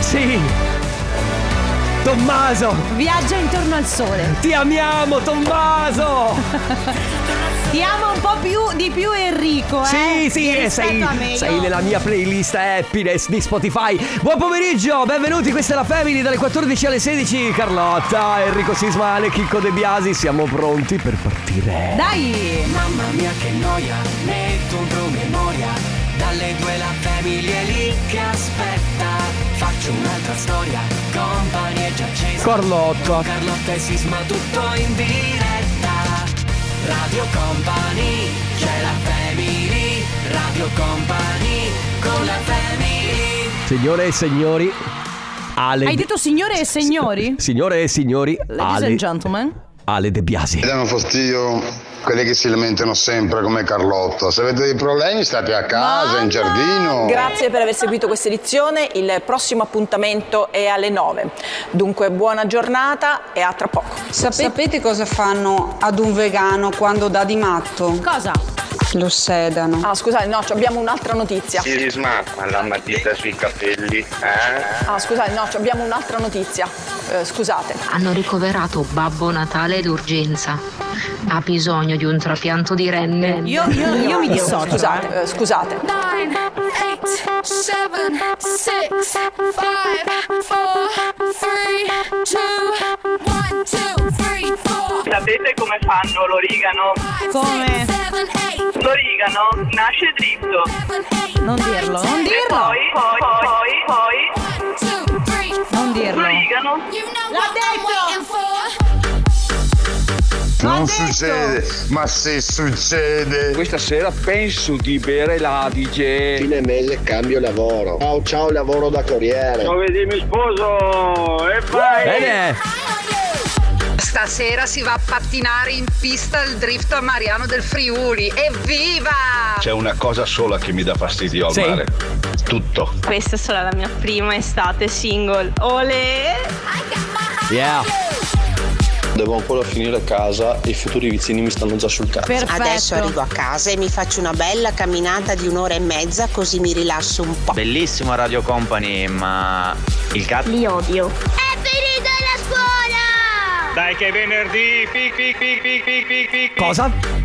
Sì! Tommaso, Viaggia intorno al sole. ti amiamo Tommaso! Ti amo un po' più di più Enrico, eh? Sì, sì, eh, Rispetto sei, a me, sei io- nella mia playlist happiness di Spotify. Buon pomeriggio, benvenuti, questa è la Family dalle 14 alle 16. Carlotta, Enrico Sismale, Chicco De Biasi, siamo pronti per partire. Dai! Mamma mia che noia, metto un promemoria Dalle due la famiglia è lì che aspetta Faccio un'altra storia, compagnie già accesa Carlotta. Carlotta e Sisma tutto in diretta Radio Company, c'è la family Radio Company, con la family Signore e signori, Ale. Hai detto signore e signori? Signore e signori, Ladies Ale, and gentlemen. Ale De Biasi. Mi danno fastidio quelli che si lamentano sempre come Carlotta. Se avete dei problemi state a casa, in giardino. Grazie per aver seguito questa edizione, il prossimo appuntamento è alle 9. Dunque buona giornata e a tra poco. Sapete, cosa fanno ad un vegano quando dà di matto? Cosa? Lo sedano. Ah scusate, no, ci abbiamo un'altra notizia. Sisma, ma la matita sui capelli, eh? Ah scusate, no, ci abbiamo un'altra notizia. Eh, scusate. Hanno ricoverato Babbo Natale d'urgenza. Ha bisogno di un trapianto di renne. Io, io- io mi dissocio. eh. Scusate, eh, scusate. Nine, eight, seven, six, five, four, three, two, one, two, three, four. Sapete come fanno l'origano? Five, Come? six, seven, eight, L'origano nasce dritto. seven, eight, Non dirlo, non nine, dirlo, Poi, poi, poi, poi, ten, one, two, three, four. non dirlo. l'origano You know La what I'm detto. waiting for. Non succede, ma se succede. Questa sera penso di bere l'Adige. Fine mese cambio lavoro. Ciao ciao lavoro da corriere. Vedi mi sposo e vai! Bene, Stasera si va a pattinare in pista il drift a Mariano del Friuli. Evviva! C'è una cosa sola che mi dà fastidio al Sì. mare. Tutto. Questa è solo la mia prima estate single. Ole! yeah. Devo ancora finire a casa e i futuri vicini mi stanno già sul cazzo. Perfetto. Adesso arrivo a casa e mi faccio una bella camminata di un'ora e mezza così mi rilasso un po'. Bellissimo Radio Company, ma il cazzo Li odio. È finita la scuola! Dai che è venerdì! Pic pic pic pic pic pic pic! Cosa?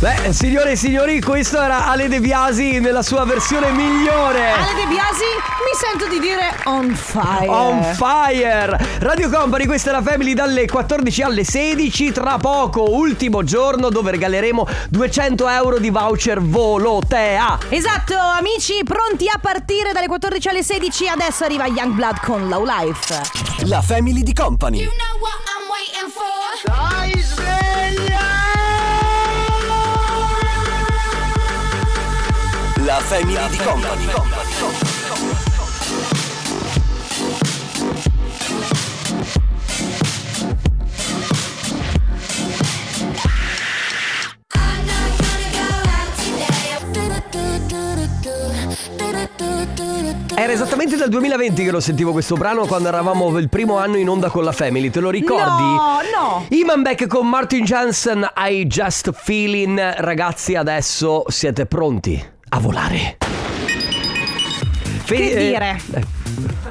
Beh, signore e signori, questo era Ale De Biasi nella sua versione migliore. Ale De Biasi, mi sento di dire on fire. On fire! Radio Company, questa è la Family dalle 14 alle 16. Tra poco, ultimo giorno dove regaleremo 200 euro di voucher Volotea. Esatto, amici, pronti a partire dalle 14 alle 16. Adesso arriva Youngblood con Low Life. La Family di Company. You know what I'm waiting for. La Family di Company. I'm not gonna go out today. Era esattamente dal 2020 che lo sentivo questo brano quando eravamo il primo anno in onda con la Family, te lo ricordi? No, no. Iman Beck con Martin Jensen, I Just Feeling. Ragazzi, adesso siete pronti a volare. Fe- Che eh, dire? eh,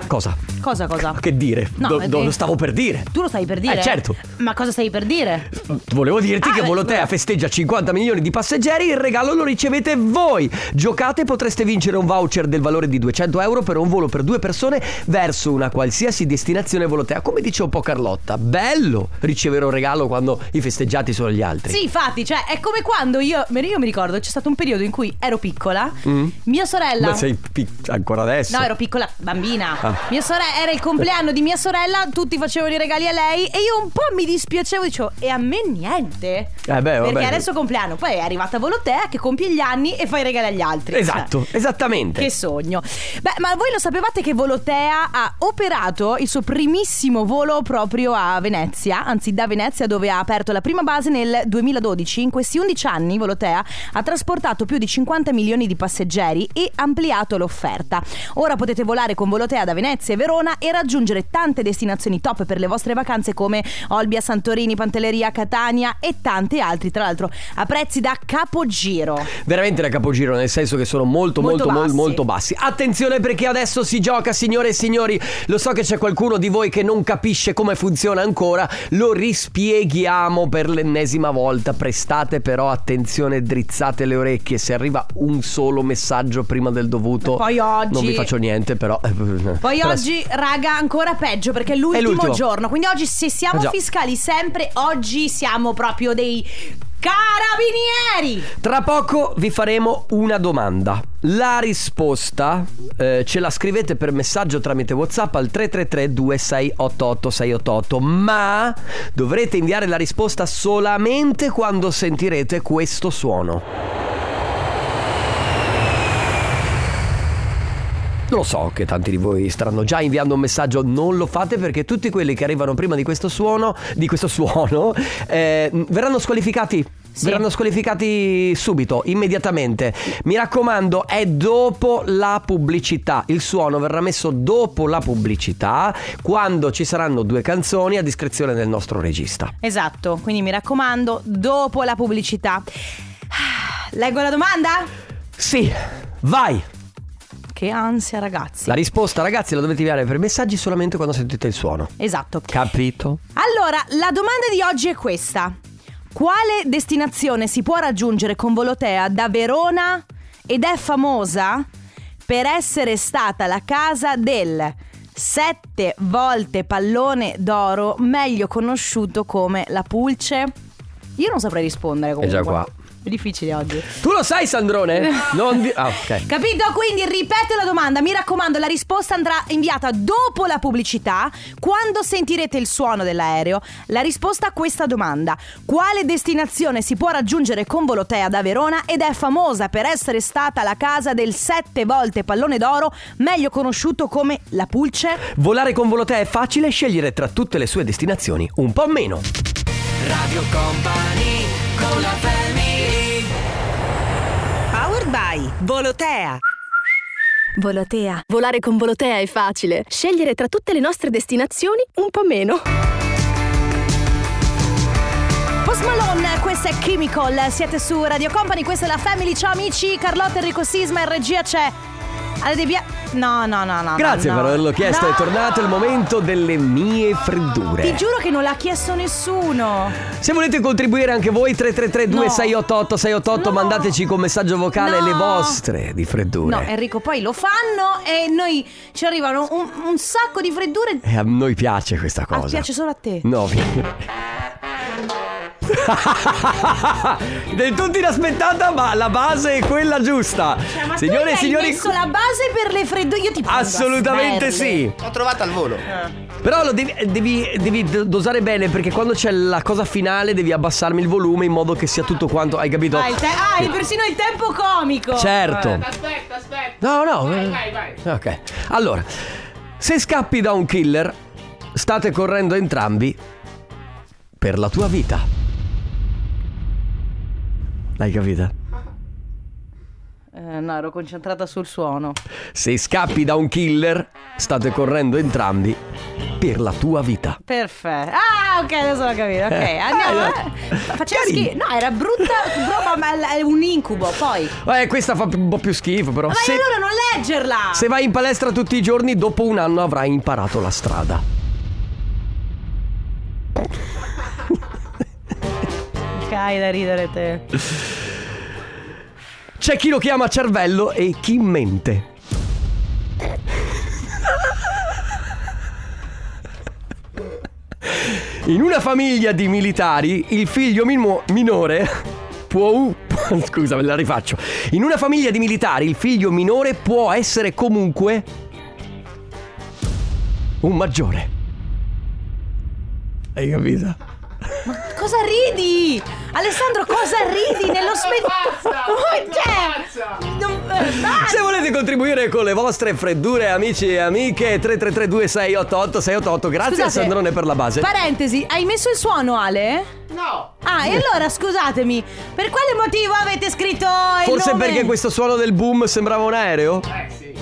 cosa? Cosa, cosa? Che dire? No, Do- eh, do- sì. lo stavo per dire. Tu lo stai per dire? Eh, certo. Ma cosa stai per dire? Volevo dirti Ah, che beh, Volotea scusa. festeggia 50 milioni di passeggeri, il regalo lo ricevete voi. Giocate e potreste vincere un voucher del valore di 200 euro per un volo per due persone verso una qualsiasi destinazione Volotea. Come dice un po' Carlotta, bello ricevere un regalo quando i festeggiati sono gli altri. Sì, infatti, cioè, è come quando io, io mi ricordo, c'è stato un periodo in cui ero piccola, mia sorella... Mm. Ma sei pic- ancora adesso? No, ero piccola bambina. Ah. Mia sorella era il compleanno di mia sorella, tutti facevano i regali a lei e io un po' mi dispiacevo, dicevo "E a me niente". Eh beh, vabbè. Perché adesso compleanno, poi è arrivata Volotea che compie gli anni e fa i regali agli altri. Esatto, Cioè, esattamente. Che sogno. Beh, ma voi lo sapevate che Volotea ha operato il suo primissimo volo proprio a Venezia, anzi da Venezia dove ha aperto la prima base nel 2012. In questi 11 anni Volotea ha trasportato più di 50 milioni di passeggeri e ampliato l'offerta. Ora potete volare con Volotea da Venezia e Verona Barcellona e raggiungere tante destinazioni top per le vostre vacanze come Olbia, Santorini, Pantelleria, Catania e tanti altri, tra l'altro a prezzi da capogiro. Veramente da capogiro, nel senso che sono molto, molto, Molto mol- molto, bassi. bassi. Attenzione perché adesso si gioca, signore e signori. Lo so che c'è qualcuno di voi che non capisce come funziona ancora. Lo rispieghiamo per l'ennesima volta. Prestate però attenzione, drizzate le orecchie. Se arriva un solo messaggio prima del dovuto, Ma poi oggi- non vi faccio niente, però. eh, Poi Però- oggi, raga, ancora peggio perché è l'ultimo, È l'ultimo. giorno. Quindi oggi se siamo Eh già. fiscali sempre, oggi siamo proprio dei carabinieri. Tra poco vi faremo una domanda. La risposta eh, ce la scrivete per messaggio tramite WhatsApp al 333 2688 688, ma dovrete inviare la risposta solamente quando sentirete questo suono. Lo so che tanti di voi staranno già inviando un messaggio, non lo fate perché tutti quelli che arrivano prima di questo suono, di questo suono, eh, verranno squalificati. Verranno squalificati subito, immediatamente. Mi raccomando, è dopo la pubblicità. Il suono verrà messo dopo la pubblicità, quando ci saranno due canzoni a discrezione del nostro regista. Esatto, quindi mi raccomando, dopo la pubblicità. Ah, Leggo la domanda? Sì, vai! Che ansia, ragazzi. La risposta, ragazzi, la dovete inviare per messaggi solamente quando sentite il suono. Esatto. Capito? Allora, la domanda di oggi è questa. Quale destinazione si può raggiungere con Volotea da Verona ed è famosa per essere stata la casa del sette volte pallone d'oro, meglio conosciuto come la Pulce? Io non saprei rispondere È comunque. già qua. È difficile oggi. Tu lo sai, Sandrone? Non di- Ah, ok. Capito? Quindi ripeto la domanda, mi raccomando, la risposta andrà inviata dopo la pubblicità, quando sentirete il suono dell'aereo. La risposta a questa domanda: quale destinazione si può raggiungere con Volotea da Verona ed è famosa per essere stata la casa del sette volte pallone d'oro, meglio conosciuto come la Pulce? Volare con Volotea è facile, scegliere tra tutte le sue destinazioni un po' meno. Radio Company con la family Powered by Volotea. Volotea. Volare con Volotea è facile. Scegliere tra tutte le nostre destinazioni un po' meno. Post Malone, questa è Chemical, siete su Radio Company, questa è la Family, ciao amici, Carlotta Enrico Sisma, in regia c'è Ale De Bia... No, no, no, no. Grazie no, per no. averlo chiesto, No. è tornato il momento delle mie freddure. Ti giuro che non l'ha chiesto nessuno. Se volete contribuire anche voi 333 2688 688 mandateci con messaggio vocale No. le vostre di freddure. No, Enrico, poi lo fanno e noi ci arrivano un, un sacco di freddure. E Eh, a noi piace questa Ah, cosa. piace solo a te. No, vi- Del tutto inaspettata, ma la base è quella giusta. Cioè, Ma tu Signore mi e hai signori, messo la base per le freddure. Io ti prendo a Assolutamente sberle. sì. L'ho trovata al volo. Però lo devi, devi- devi do- dosare bene perché quando c'è la cosa finale devi abbassarmi il volume in modo che sia tutto quanto. Hai capito? Ah, il te- ah, hai persino il tempo comico. Certo. Aspetta, aspetta. No, no. eh. vai, vai. Ok. Allora, se scappi da un killer, state correndo entrambi per la tua vita. L'hai capita? Eh, no, ero concentrata sul suono. Se scappi da un killer, state correndo entrambi per la tua vita. Perfetto. Ah, ok, adesso l'ho capito. Ok, Eh, andiamo. eh, eh. Faceva schifo. No, era brutta roba, ma è un incubo. Poi. Eh, questa fa un po' più schifo, però. Ma Se, allora non leggerla! se vai in palestra tutti i giorni, dopo un anno avrai imparato la strada. Ok, hai da ridere te. C'è chi lo chiama cervello e chi mente. In una famiglia di militari, il figlio mimo- minore può. u- Scusa, me la rifaccio. In una famiglia di militari, il figlio minore può essere comunque. un maggiore. Hai capito? Cosa ridi? Alessandro, cosa ridi nello Oh, spettacolo? Se volete contribuire con le vostre freddure, amici e amiche, 3332688688. Grazie Scusate. a Sandrone per la base. Parentesi, hai messo il suono Ale? No. Ah, e allora scusatemi, per quale motivo avete scritto il Forse nome? perché questo suono del boom sembrava un aereo?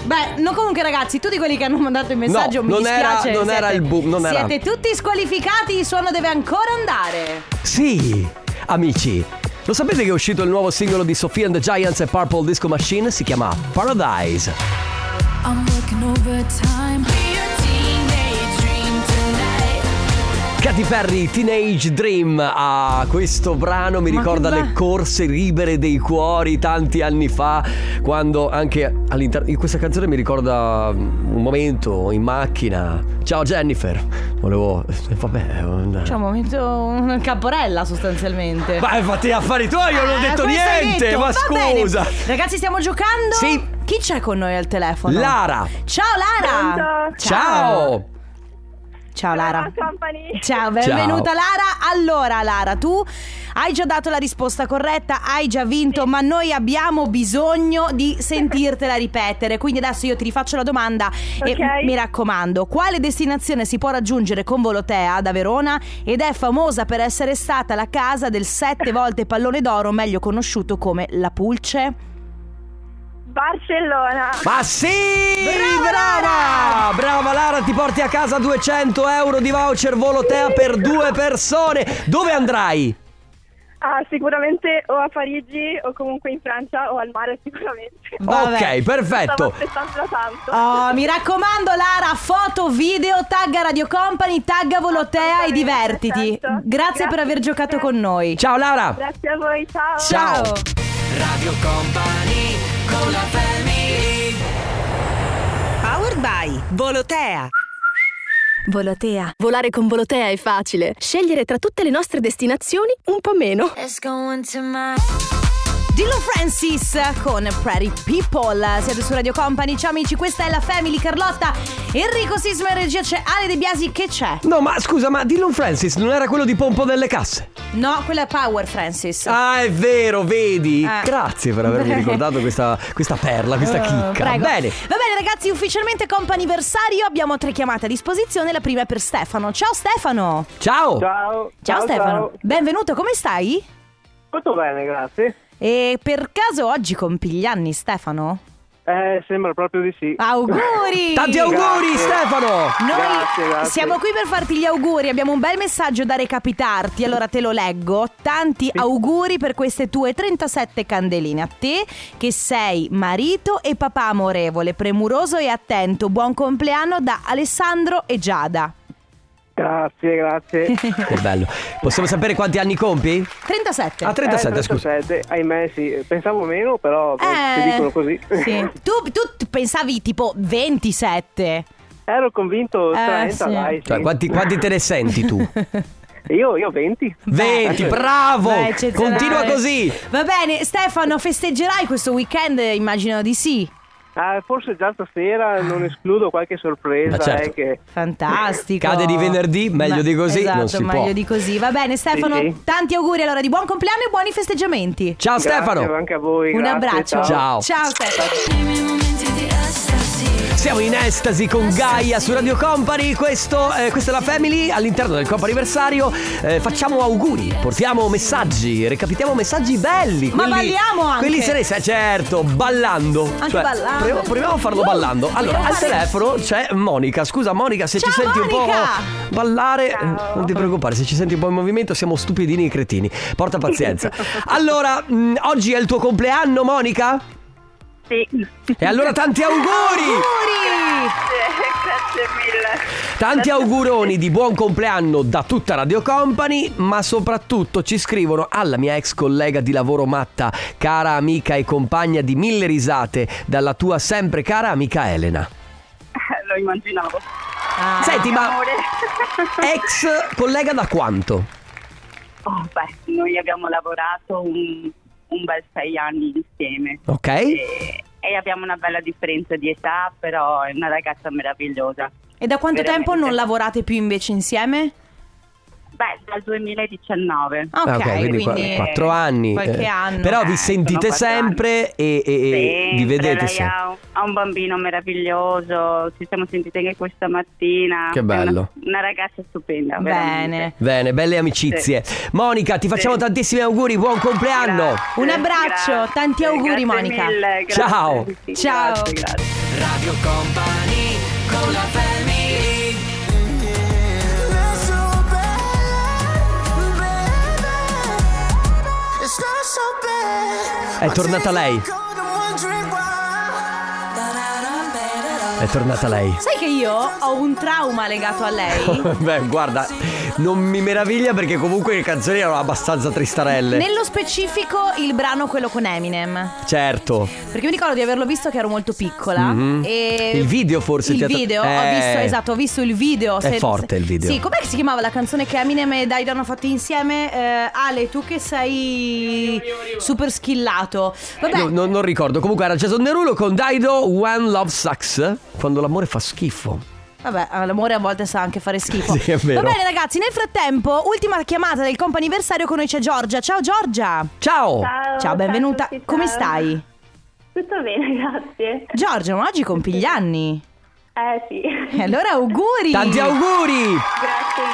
Beh, no, comunque, ragazzi, tutti quelli che hanno mandato il messaggio mi non era- dispiace. non era siete- il boom, non era. Siete tutti squalificati, il suono deve ancora andare. Sì, amici. Lo sapete che è uscito il nuovo singolo di Sophia and the Giants e Purple Disco Machine? Si chiama Paradise. I'm working overtime. Be a teenage dream tonight. Katy Perry, Teenage Dream. Ah, questo brano mi Ma ricorda che le corse libere dei cuori tanti anni fa, quando anche all'interno. Questa canzone mi ricorda mm, un momento in macchina. Ciao Jennifer. Volevo. eh, Vabbè. un- C'è un momento, una caporella sostanzialmente. Ma eh, fatti gli affari tuoi, io non ho Eh, detto questo hai niente, detto, ma va bene. scusa. Ragazzi, stiamo giocando. Sì. Chi c'è con noi al telefono? Lara. Ciao Lara. Ciao. Ciao Lara. Ciao, benvenuta Ciao. Lara. Allora Lara, tu hai già dato la risposta corretta, hai già vinto, ma noi abbiamo bisogno di sentirtela ripetere. Quindi adesso io ti rifaccio la domanda e Ok. mi raccomando, quale destinazione si può raggiungere con Volotea da Verona ed è famosa per essere stata la casa del sette volte pallone d'oro, meglio conosciuto come la Pulce? Barcellona. Ma sì! Brava! Brava Lara, ti porti a casa 200 euro di voucher Volotea per due persone. Dove andrai? Ah, sicuramente o a Parigi o comunque in Francia o al mare sicuramente. Ok, perfetto. Stavo aspettando tanto. Oh, mi raccomando Lara, foto, video, tagga Radio Company, tagga Volotea e divertiti. esatto. Grazie, per aver giocato con noi. Ciao Lara. Grazie a voi, ciao. Ciao. Radio Company con la family Powered by Volotea. Volotea. Volare con Volotea è facile. Scegliere tra tutte le nostre destinazioni un po' meno. Dillo Francis con Pretty People. Siete su Radio Company, ciao amici, questa è la Family Carlotta. Enrico Sisma in regia c'è Ale De Biasi che c'è? No, ma scusa, ma Dylan Francis non era quello di Pompo delle Casse? No, quella è Power Francis. Ah, è vero, vedi? Ah. Grazie per avermi ricordato questa, questa perla, questa Oh, chicca. prego. Bene. Va bene ragazzi, ufficialmente comp'anniversario, abbiamo tre chiamate a disposizione, la prima è per Stefano. Ciao Stefano. Ciao. Ciao. Ciao, Stefano. Benvenuto, come stai? Tutto bene, grazie. E per caso oggi compi gli anni Stefano? Eh, sembra proprio di sì. Auguri! Tanti auguri, Stefano! Noi Grazie, grazie. siamo qui per farti gli auguri, abbiamo un bel messaggio da recapitarti, allora te lo leggo. Tanti auguri per queste tue 37 candeline. A te che sei marito e papà amorevole, premuroso e attento. Buon compleanno da Alessandro e Giada. Grazie, grazie. Che bello. Possiamo sapere quanti anni compi? 37. Ah, 37, eh, scusa. 37, ahimè sì, pensavo meno, però Eh, ti dicono così. Sì. Tu, tu pensavi tipo 27. Ero Eh, convinto 30, sì. dai. Cioè, quanti, quanti te ne senti tu? Io, io 20. 20, bravo! Beh, eccezionale. Continua così! Eh. Va bene, Stefano, festeggerai questo weekend? Immagino di sì. Eh, forse già Ah. stasera non escludo qualche sorpresa. Ma certo. eh, che... Fantastico. Cade di venerdì, meglio Ma- di così Esatto, non si meglio può. di così. Va bene, Stefano, Sì, sì. tanti auguri allora di buon compleanno e buoni festeggiamenti. Ciao Stefano! Anche a voi. Un grazie, abbraccio. Ciao. Ciao Stefano. Siamo in estasi con Gaia su Radio Company, Questo, eh, questa è la Family all'interno del Coppa Anniversario. eh, facciamo auguri, portiamo messaggi, recapitiamo messaggi belli. Ma balliamo anche. Quelli seresi, eh, certo, ballando. Anche Cioè, ballando. Proviamo, proviamo a farlo Uh, ballando. Allora, vogliamo al fare- telefono c'è Monica. Scusa Monica, se Ciao, ci senti un Monica. po' ballare, eh, non ti preoccupare, se ci senti un po' in movimento siamo stupidini e cretini. Porta pazienza. allora, mh, oggi è il tuo compleanno, Monica? Sì. E allora tanti auguri! Grazie mille. Tanti auguroni di buon compleanno da tutta Radio Company, ma soprattutto ci scrivono alla mia ex collega di lavoro matta, cara amica e compagna di mille risate, dalla tua sempre cara amica Elena. Eh, Lo immaginavo. Ah. Senti, ma- Amore. Ex collega da quanto? Oh, beh, noi abbiamo lavorato un, un bel sei anni insieme. Ok? E, e abbiamo una bella differenza di età, però è una ragazza meravigliosa. E da quanto Veramente. tempo non lavorate più invece insieme? Beh, dal 2019. Ah, ok, Ah, quindi, qua- quattro anni. qualche eh, anno. Però vi Eh, sentite sono quattro sempre e, e- e vi vedete lei sempre. ha, un- ha un bambino meraviglioso, ci siamo sentite anche questa mattina. Che È una- bello. Una, ragazza stupenda, Bene. Bene, belle amicizie. Monica, ti facciamo tantissimi auguri, buon compleanno. Un abbraccio, tanti auguri Monica. mille, Ciao. Ciao. Grazie, grazie. Radio Company con la family È tornata lei. È tornata lei. Sai che io ho un trauma legato a lei? Beh, guarda, non mi meraviglia perché comunque le canzoni erano abbastanza tristarelle. Nello specifico il brano quello con Eminem. Certo. Perché mi ricordo di averlo visto che ero molto piccola. Mhm. E Il video forse Il ti ha- video, ho Eh. visto, esatto, ho visto il video. È forte il video. Sì, com'è che si chiamava la canzone che Eminem e Daido hanno fatto insieme? Eh, Ale, tu che sei super schillato. Vabbè, No, no- non ricordo. Comunque era Jason Derulo con Daido One Love Sucks. Quando l'amore fa schifo. Vabbè, l'amore a volte sa anche fare schifo. Sì, è vero. Va bene, ragazzi, nel frattempo, ultima chiamata del comp'anniversario con noi c'è Giorgia. Ciao Giorgia! Ciao! Ciao, ciao a benvenuta. tutti, ciao. Come stai? Tutto bene, grazie. Giorgia, ma oggi compi gli anni. Eh sì. E allora auguri! Tanti auguri! Grazie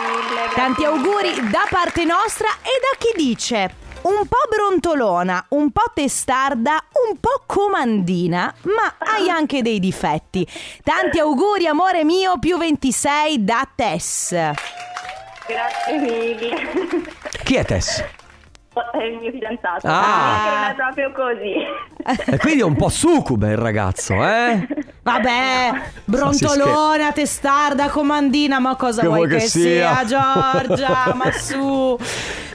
mille. grazie Tanti auguri da parte nostra e da chi dice un po' brontolona, un po' testarda, un po' comandina, ma hai anche dei difetti. Tanti auguri, amore mio, più 26 da Tess. Grazie mille. Chi è Tess? È il mio fidanzato. Ah. Che Non è proprio così. E quindi è un po' succube il ragazzo, eh? Vabbè, brontolona, testarda, comandina, ma cosa Che vuoi vuoi che, che sia? sia, Giorgia? ma su.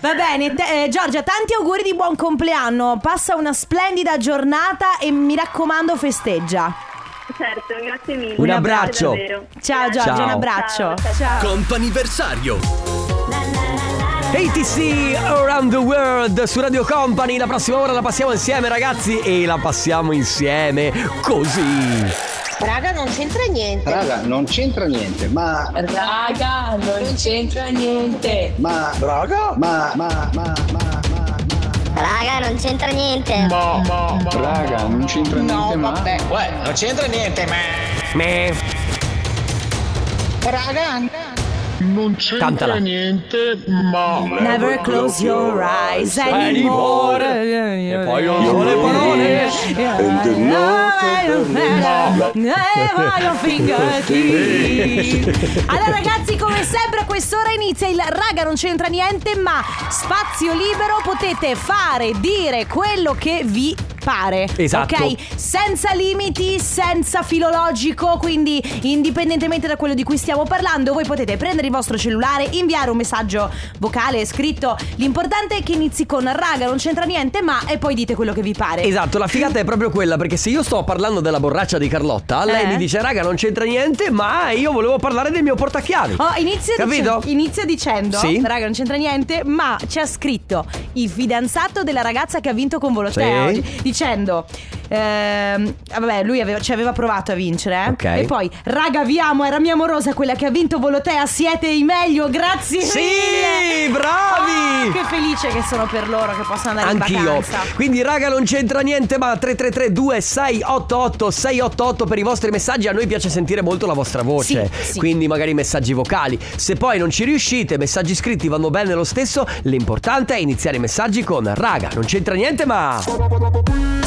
Va bene, te- eh, Giorgia, tanti auguri di buon compleanno. Passa una splendida giornata e mi raccomando, festeggia. Certo, grazie mille. Un abbraccio. Grazie davvero. Ciao Giorgia, Ciao. un abbraccio. Comp'anniversario. ATC Around the World su Radio Company. La prossima ora la passiamo insieme, ragazzi. E la passiamo insieme così. Raga, non c'entra niente. Raga, non c'entra niente, ma... Raga, non c'entra niente. Ma... Raga? Ma... Ma... Ma... Raga, non c'entra niente. Raga, non c'entra niente, ma... Uè, non c'entra niente Me. Raga Non c'entra Cantala. niente, ma... Never close your eyes anymore. E poi io non ho le parole. Eh. Allora ragazzi come sempre a quest'ora inizia il raga non c'entra niente ma spazio libero potete fare, dire quello che vi pare Esatto. Ok? Senza limiti, senza filologico quindi indipendentemente da quello di cui stiamo parlando voi potete prendere il vostro cellulare, inviare un messaggio vocale, scritto L'importante è che inizi con raga non c'entra niente ma e poi dite quello che vi pare Esatto, la figata è proprio quella perché se io sto parlando della borraccia di Carlotta, lei Eh? mi dice "Raga, non c'entra niente, ma io volevo parlare del mio portachiavi". Oh, inizia, Capito? dic- inizia dicendo, Sì. raga, non c'entra niente, ma c'è scritto il fidanzato della ragazza che ha vinto con Volotea Sì. oggi, dicendo, ehm, ah, vabbè, lui aveva- ci aveva provato a vincere, eh. Ok. e poi, raga, vi amo, era mia amorosa quella che ha vinto Volotea, siete i meglio, grazie Sì, mille. bravi! Ah, che felice che sono per loro che possono andare in Anch'io. vacanza. Quindi, raga, non c'entra niente, ma 333 2688 688 per i vostri messaggi. A noi piace sentire molto la vostra voce. Sì, sì. Quindi magari messaggi vocali. Se poi non ci riuscite, messaggi scritti vanno bene lo stesso. L'importante è iniziare i messaggi con raga, non c'entra niente, ma. Sono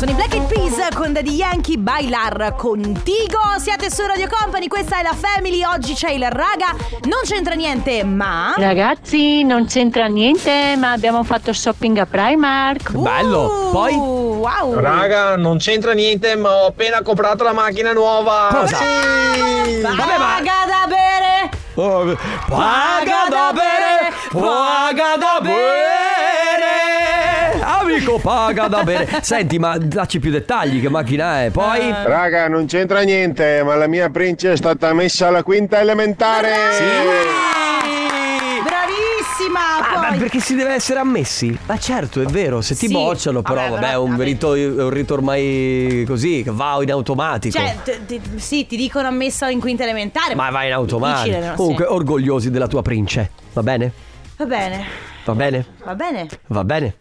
i Black Eyed Peas con Daddy Yankee Bailar Contigo Siete su Radio Company, questa è la Family Oggi c'è il raga, non c'entra niente ma... Ragazzi, non c'entra niente, ma abbiamo fatto shopping a Primark. Uh. Bello! Poi. Wow! Raga, non c'entra niente, ma ho appena comprato la macchina nuova. Cosa? Sì. Vabbè, ma- Paga da bere! Oh, paga da bere, paga da bere. Amico, paga da bere. Senti, ma dacci più dettagli, che macchina è? Poi. Ah. Raga, non c'entra niente, ma la mia princess è stata messa alla quinta elementare. Bravissima! Ah, poi... ma perché si deve essere ammessi? Ma certo, è vero, se ti Sì. bocciano, però Vabbè, vabbè, è però- un rito, è un rito ormai così, che va in automatico. Cioè, t- t- sì, ti dicono ammessa in quinta elementare ma va in automatico. difficile, no? Comunque, Sì. orgogliosi della tua prince. Va bene? Va bene, Va bene? va bene Va bene?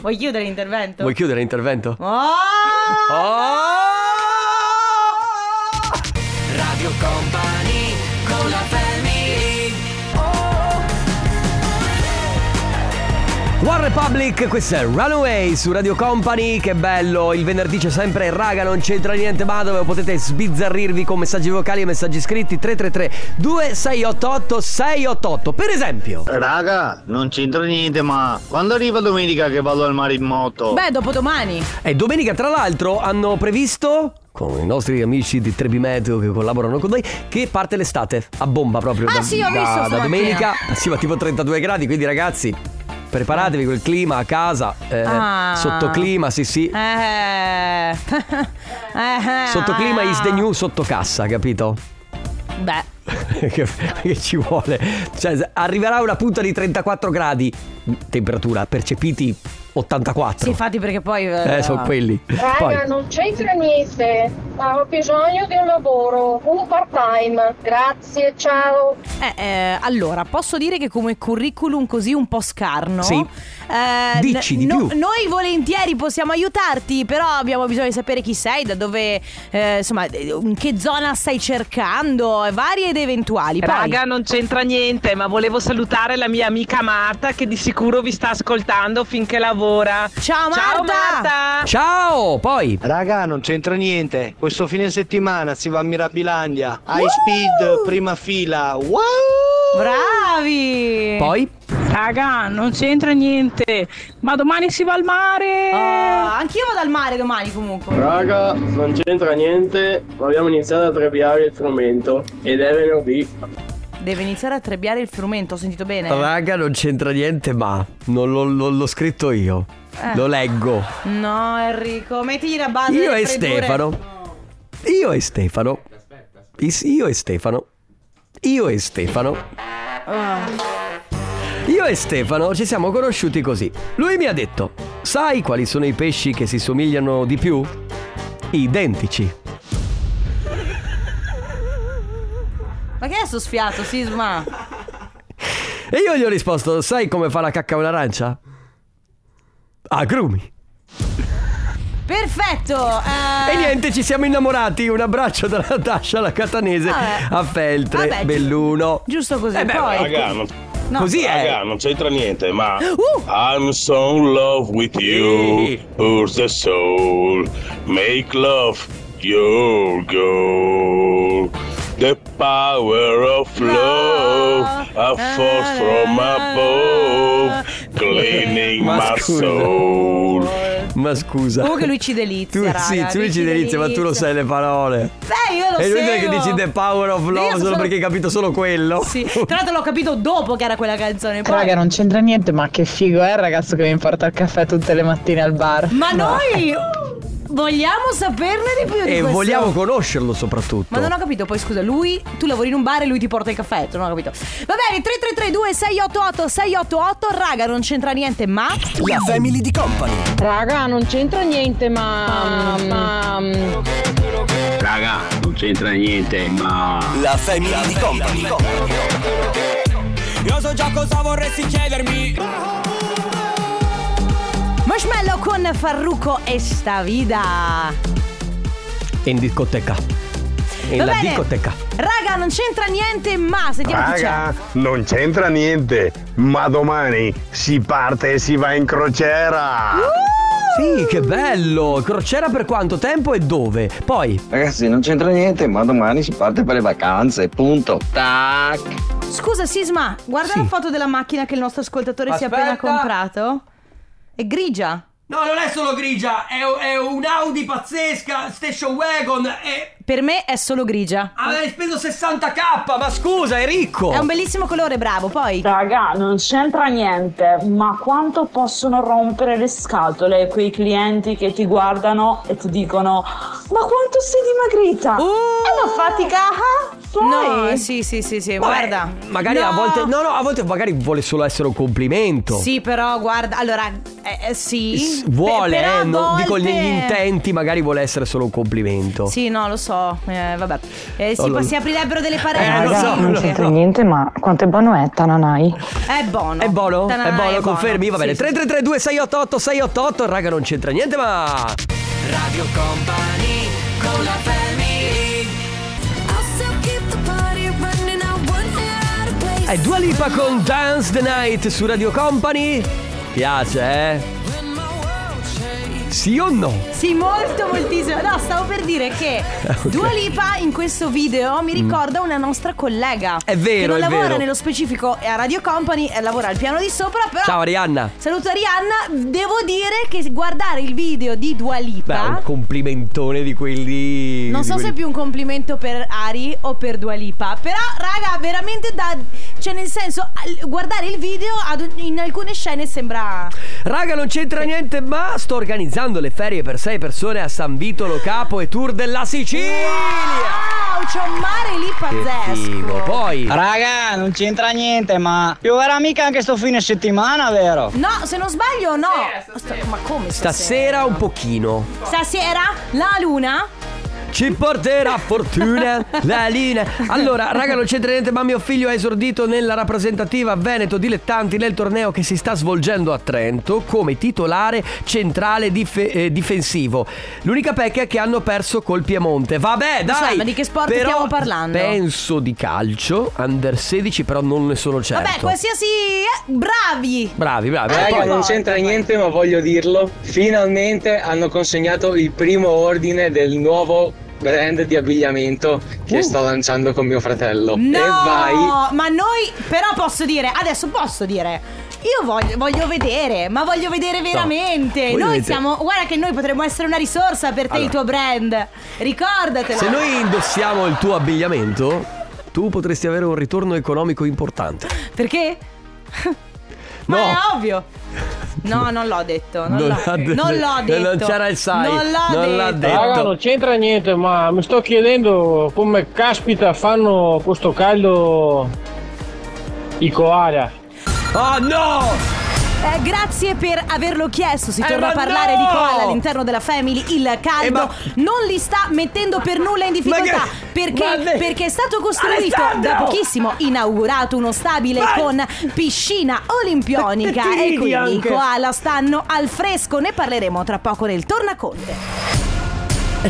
Vuoi chiudere l'intervento? Vuoi chiudere l'intervento? Oh! Radio Company con la Oh! family Warren Republic, questo è Runaway su Radio Company, che bello, il venerdì c'è sempre raga, non c'entra niente, ma dove potete sbizzarrirvi con messaggi vocali e messaggi scritti 333 2688 688, per esempio. Raga, Ah, non c'entra niente, ma quando arriva domenica che vado al mare in moto? Beh, dopodomani. E Eh, domenica, tra l'altro, hanno previsto con i nostri amici di Trebimeteo che collaborano con noi che parte l'estate a bomba proprio Ah, da, sì, da- ho visto da stamattina. domenica sì ma tipo 32 gradi quindi ragazzi preparatevi col clima a casa eh, Ah. sottoclima sì sì Eh. eh. sottoclima is the new sottocassa capito? Beh, che, che ci vuole cioè se- arriverà una punta di 34 gradi temperatura percepiti 84 sì, infatti perché poi... eh sono quelli Poi- Raga, non c'entra niente, ma ho bisogno di un lavoro, un part time. Grazie, ciao. Eh, eh, allora, posso dire che come curriculum così un po' scarno. Sì. eh, Dici di più. Noi volentieri possiamo aiutarti, però abbiamo bisogno di sapere chi sei, da dove, eh, insomma, in che zona stai cercando, e varie ed eventuali. Poi- Raga, non c'entra niente, ma volevo salutare la mia amica Marta che di sicuro vi sta ascoltando finché lavora. Ciao Marta! Ciao, poi. Raga, non c'entra niente. Questo fine settimana si va a Mirabilandia. High speed, prima fila. Wow! Bravi! Poi? Raga, non c'entra niente, ma domani si va al mare! Ah, anch'io vado al mare domani comunque. Raga, non c'entra niente, ma abbiamo iniziato a trebbiare il frumento ed è venerdì. Deve iniziare a trebbiare il frumento, ho sentito bene? Raga, non c'entra niente, ma non l'ho, l'ho- l'ho scritto io. Eh. Lo leggo. No, Enrico, mettiti la base. Io delle e freddure. Stefano. Io e Stefano. Is- Io e Stefano. Io e Stefano. Io e Stefano ci siamo conosciuti così. Lui mi ha detto: Sai quali sono i pesci che si somigliano di più? Identici. Ma che è sto sfiato, Sisma? E io gli ho risposto: Sai come fa la cacca un'arancia? Agrumi. Perfetto! eh, E niente, ci siamo innamorati. Un abbraccio dalla Natascia alla catanese a Feltre Vabbè, gi- Belluno. Giusto così, Eh beh, poi. raga, non- No. Così è. Raga, non c'entra niente, ma Uh! I'm so in love with you. Who's the soul? Make love your goal. The power of love, a force from above, cleaning my soul. Ma scusa. Comunque lui ci delizia, Tu, raga, sì, tu lui ci delizia, ma tu lo sai le parole. Beh, io lo È inutile che seguo. dici The Power of Io Love solo sono- perché hai capito solo quello. Sì, tra l'altro l'ho capito dopo che era quella canzone. Poi... Raga, non c'entra niente, ma che figo è il ragazzo che mi porta il caffè tutte le mattine al bar. Ma noi vogliamo saperne di più di E questo. Eh, vogliamo conoscerlo soprattutto. Ma non ho capito, poi scusa, lui, tu lavori in un bar e lui ti porta il caffè, non ho capito. Va bene, 3332 688 688, raga, non c'entra niente, ma... La family di company. Raga, non c'entra niente, ma. mm, ma. Raga, non c'entra niente, ma. La family di company. Io so già cosa vorresti chiedermi. Marshmallow con Farruco e sta vida. In discoteca. Va In la bene. discoteca. Raga, non c'entra niente, ma sentiamo chi c'è. Raga, non c'entra niente, ma domani si parte e si va in crociera. Uh, Sì, che bello! Crociera per quanto tempo e dove? Poi. Ragazzi, non c'entra niente, ma domani si parte per le vacanze, punto. Tac. Scusa Sisma, guarda la foto della macchina che il nostro ascoltatore si è appena Aspetta. comprato. È grigia. No, non è solo grigia, è, è un'Audi pazzesca, station wagon, e Per me è solo grigia. avrei speso 60k, ma scusa, è ricco! È un bellissimo colore, bravo. Poi. Raga, non c'entra niente, ma quanto possono rompere le scatole quei clienti che ti guardano e ti dicono Ma quanto sei dimagrita? Eh, ma fatica! ah, poi. Uh, No, sì, sì, sì, sì, Vabbè, guarda. Magari a volte. No, no, a volte magari vuole solo essere un complimento. Sì, però guarda, allora, eh, eh, sì. S- Vuole, Pe- però eh, a non dico volte- negli intenti, magari vuole essere solo un complimento. Sì, no, lo so, eh, vabbè. Eh, si, Oh, lo- si aprirebbero delle Eh, lo parenti. so, non lo c'entra so. niente, ma quanto è buono è Tananai. È buono. È buono? Tananai, È buono, confermi? Va Sì, bene. sì, 3332 688 688, raga, non c'entra niente, ma. Radio Company con la family. È Dua Lipa con Dance the Night su Radio Company. Ti piace, eh? Sì o no? Sì, molto moltissimo. No, stavo per dire che Ah, Ok. Mm. Dua Lipa in questo video mi ricorda una nostra collega. È vero, Che non è lavora vero. nello specifico a Radio Company, eh, lavora al piano di sopra, però. Ciao Arianna. Saluto Arianna, devo dire che guardare il video di Dua Beh, Lipa un complimentone di quelli. Non di so se quelli- è più un complimento per Ari o per Dua Lipa, però raga, veramente da cioè nel senso al- guardare il video ad- in alcune scene sembra Raga, non c'entra niente, ma sto organizzando le ferie per sei persone a San Vitolo Capo e Tour della Sicilia. Wow, c'è un mare lì pazzesco. figo. Poi Raga, non c'entra niente, ma pioverà mica anche sto fine settimana, vero? No, se non sbaglio no. Sta- Ma come Stasera un pochino. Stasera la luna Ci porterà fortuna la linea. Allora, raga, non c'entra niente, ma mio figlio ha esordito nella rappresentativa Veneto Dilettanti nel torneo che si sta svolgendo a Trento come titolare centrale dif- eh, difensivo. L'unica pecca è che hanno perso col Piemonte. Vabbè, dai! Insomma, di che sport però stiamo parlando? Penso di calcio, under 16, però non ne sono certo. Vabbè, Eh, qualsiasi eh, bravi. Bravi, bravi. Raga, Poi- Eh, non c'entra niente, ma voglio dirlo. Finalmente hanno consegnato il primo ordine del nuovo brand di abbigliamento che sto lanciando con mio Oh, fratello. No, E vai! ma noi però posso dire, adesso posso dire. Io voglio, voglio vedere, ma voglio vedere veramente. voglio noi vedere. siamo, guarda che noi potremmo essere una risorsa per te, Allora. il tuo brand. Ricordatelo. Se noi indossiamo il tuo abbigliamento, tu potresti avere un ritorno economico importante. Perché? ma No. è ovvio. No, non l'ho detto. Non, Non l'ho, l'ha de- non l'ho non detto. c'era il sai, Non l'ho non detto. l'ha detto. Raga, non c'entra niente, ma mi sto chiedendo come caspita fanno questo caldo i koala. Oh no! Eh, grazie per averlo chiesto. Si Eh, torna ma a parlare no! Eh, di koala all'interno della family. Il caldo ma- non li sta mettendo per nulla in difficoltà. che- Perché, ma ne- perché è stato costruito Alessandro! da pochissimo, inaugurato uno stabile con piscina olimpionica. E ti E ridi quindi i anche. koala stanno al fresco. Ne parleremo tra poco nel Tornaconte.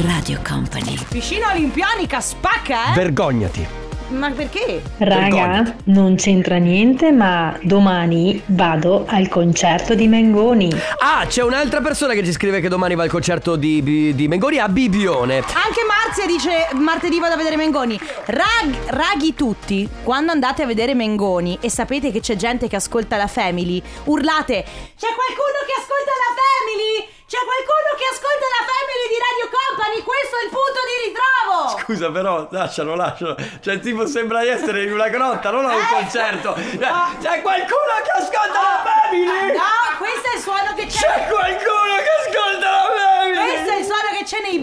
Radio Company. Piscina olimpionica spacca, eh? Vergognati. Ma perché? Raga, non c'entra niente, ma domani vado al concerto di Mengoni. Ah, c'è un'altra persona che ci scrive che domani va al concerto di, di, di Mengoni a Bibione. Anche Marzia dice martedì vado a vedere Mengoni. Rag- raghi tutti, quando andate a vedere Mengoni e sapete che c'è gente che ascolta la Family, urlate: C'è qualcuno che ascolta la Family? C'è qualcuno che ascolta la Family di Radio Company? Questo è il punto di ritrovo! Scusa, però, lascialo, lascialo. Cioè, tipo, sembra di essere in una grotta, non a un concerto. C'è qualcuno che ascolta la Family? Ah, No, questo è il suono che c'è. C'è qualcuno che ascolta la Family? Questo è il suono che c'è nei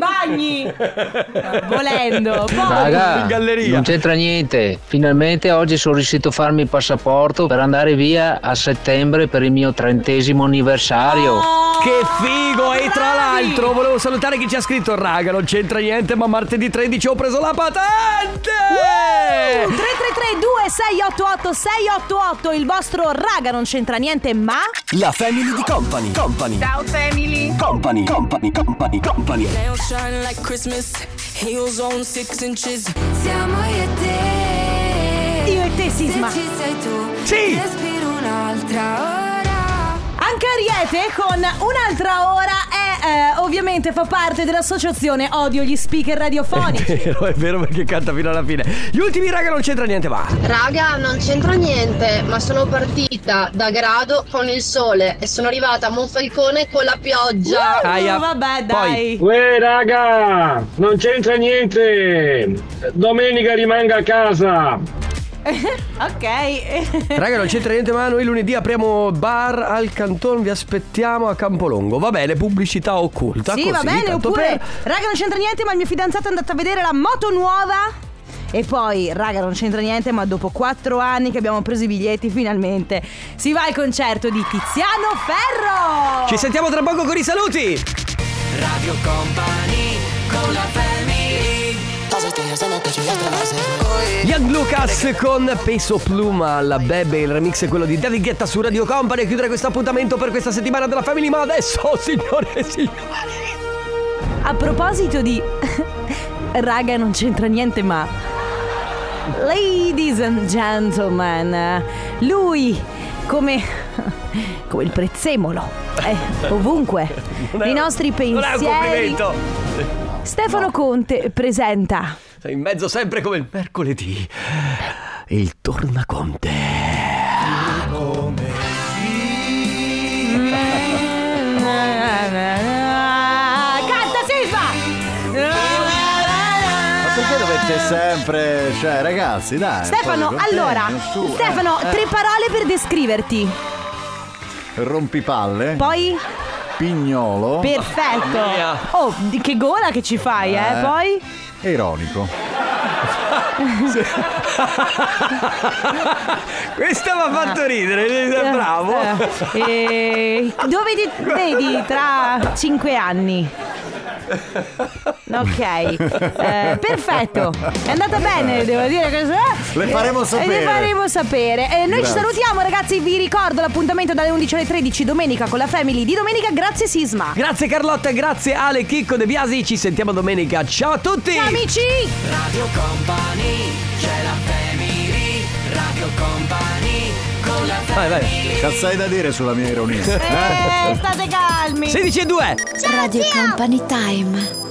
bagni. Volendo, poi. Raga, In galleria. non c'entra niente. Finalmente oggi sono riuscito a farmi il passaporto per andare via a settembre per il mio trentesimo anniversario. Che figo! E tra l'altro volevo salutare chi ci ha scritto Raga, non c'entra niente, ma martedì 13 ho preso la patente! 3332 688 688 il vostro raga non c'entra niente ma La family di Company. Company. Ciao family. Company, company, company, company. Siamo io e te. Io e te, Sisma. Se ci sei tu. Sì. Respiro un'altra ora. Anche Ariete con un'altra ora è eh, ovviamente fa parte dell'associazione Odio gli speaker È radiofonici. vero, è vero perché canta fino alla fine. Gli ultimi raga non c'entra niente, va. Raga, non c'entra niente, ma sono partita da Grado con il sole e sono arrivata a Monfalcone con la pioggia. vabbè, dai. Uè, raga, non c'entra niente. Domenica rimanga a casa. ok. Raga, non c'entra niente, ma noi lunedì apriamo bar al Canton, vi aspettiamo a Campolongo. Va bene, pubblicità occulta. Sì, così, va bene, tanto oppure per- raga non c'entra niente ma il mio fidanzato è andato a vedere la moto nuova. E poi, raga, non c'entra niente, ma dopo quattro anni che abbiamo preso i biglietti, finalmente si va al concerto di Tiziano Ferro! Ci sentiamo tra poco con i saluti. Radio Company con la family Young Lucas con Peso Pluma alla Bebe, il remix è quello di David Guetta su Radio Company a chiudere questo appuntamento per questa settimana della Family, ma adesso, signore e signori... A proposito di raga non c'entra niente ma Ladies and gentlemen, lui come come il prezzemolo, eh, ovunque, Non è- nei nostri Non è un pensieri. complimento. Stefano Conte presenta Sei in mezzo sempre come il mercoledì. Il tornaconte. Canta Silva! Ma perché dovete sempre. Cioè, ragazzi, dai. un po' di Stefano, contegno, allora, su, eh, Stefano, eh. tre parole per descriverti. Rompipalle. Poi? Pignolo. Perfetto. Oh, di che gola che ci fai, eh? Eh. Poi? E ironico. Questa mi ha fatto ridere, Eh, bravo. Eh, dove ti vedi tra cinque anni? Ok, eh, perfetto, è andata bene, devo dire così. Le faremo Eh, sapere. Le faremo sapere. Eh, noi ci Grazie. salutiamo ragazzi, vi ricordo l'appuntamento dalle 11 alle 13 domenica con la Family di domenica, grazie Sisma. Grazie Carlotta, grazie Ale, Chicco De Biasi, ci sentiamo domenica. Ciao a tutti! Ciao, amici! Radio Company, c'è la family, Radio Company, con la Vai, vai. family. Cazzai da dire sulla mia ironia. Eh, state calmi. 16 e 2. Radio Company Time.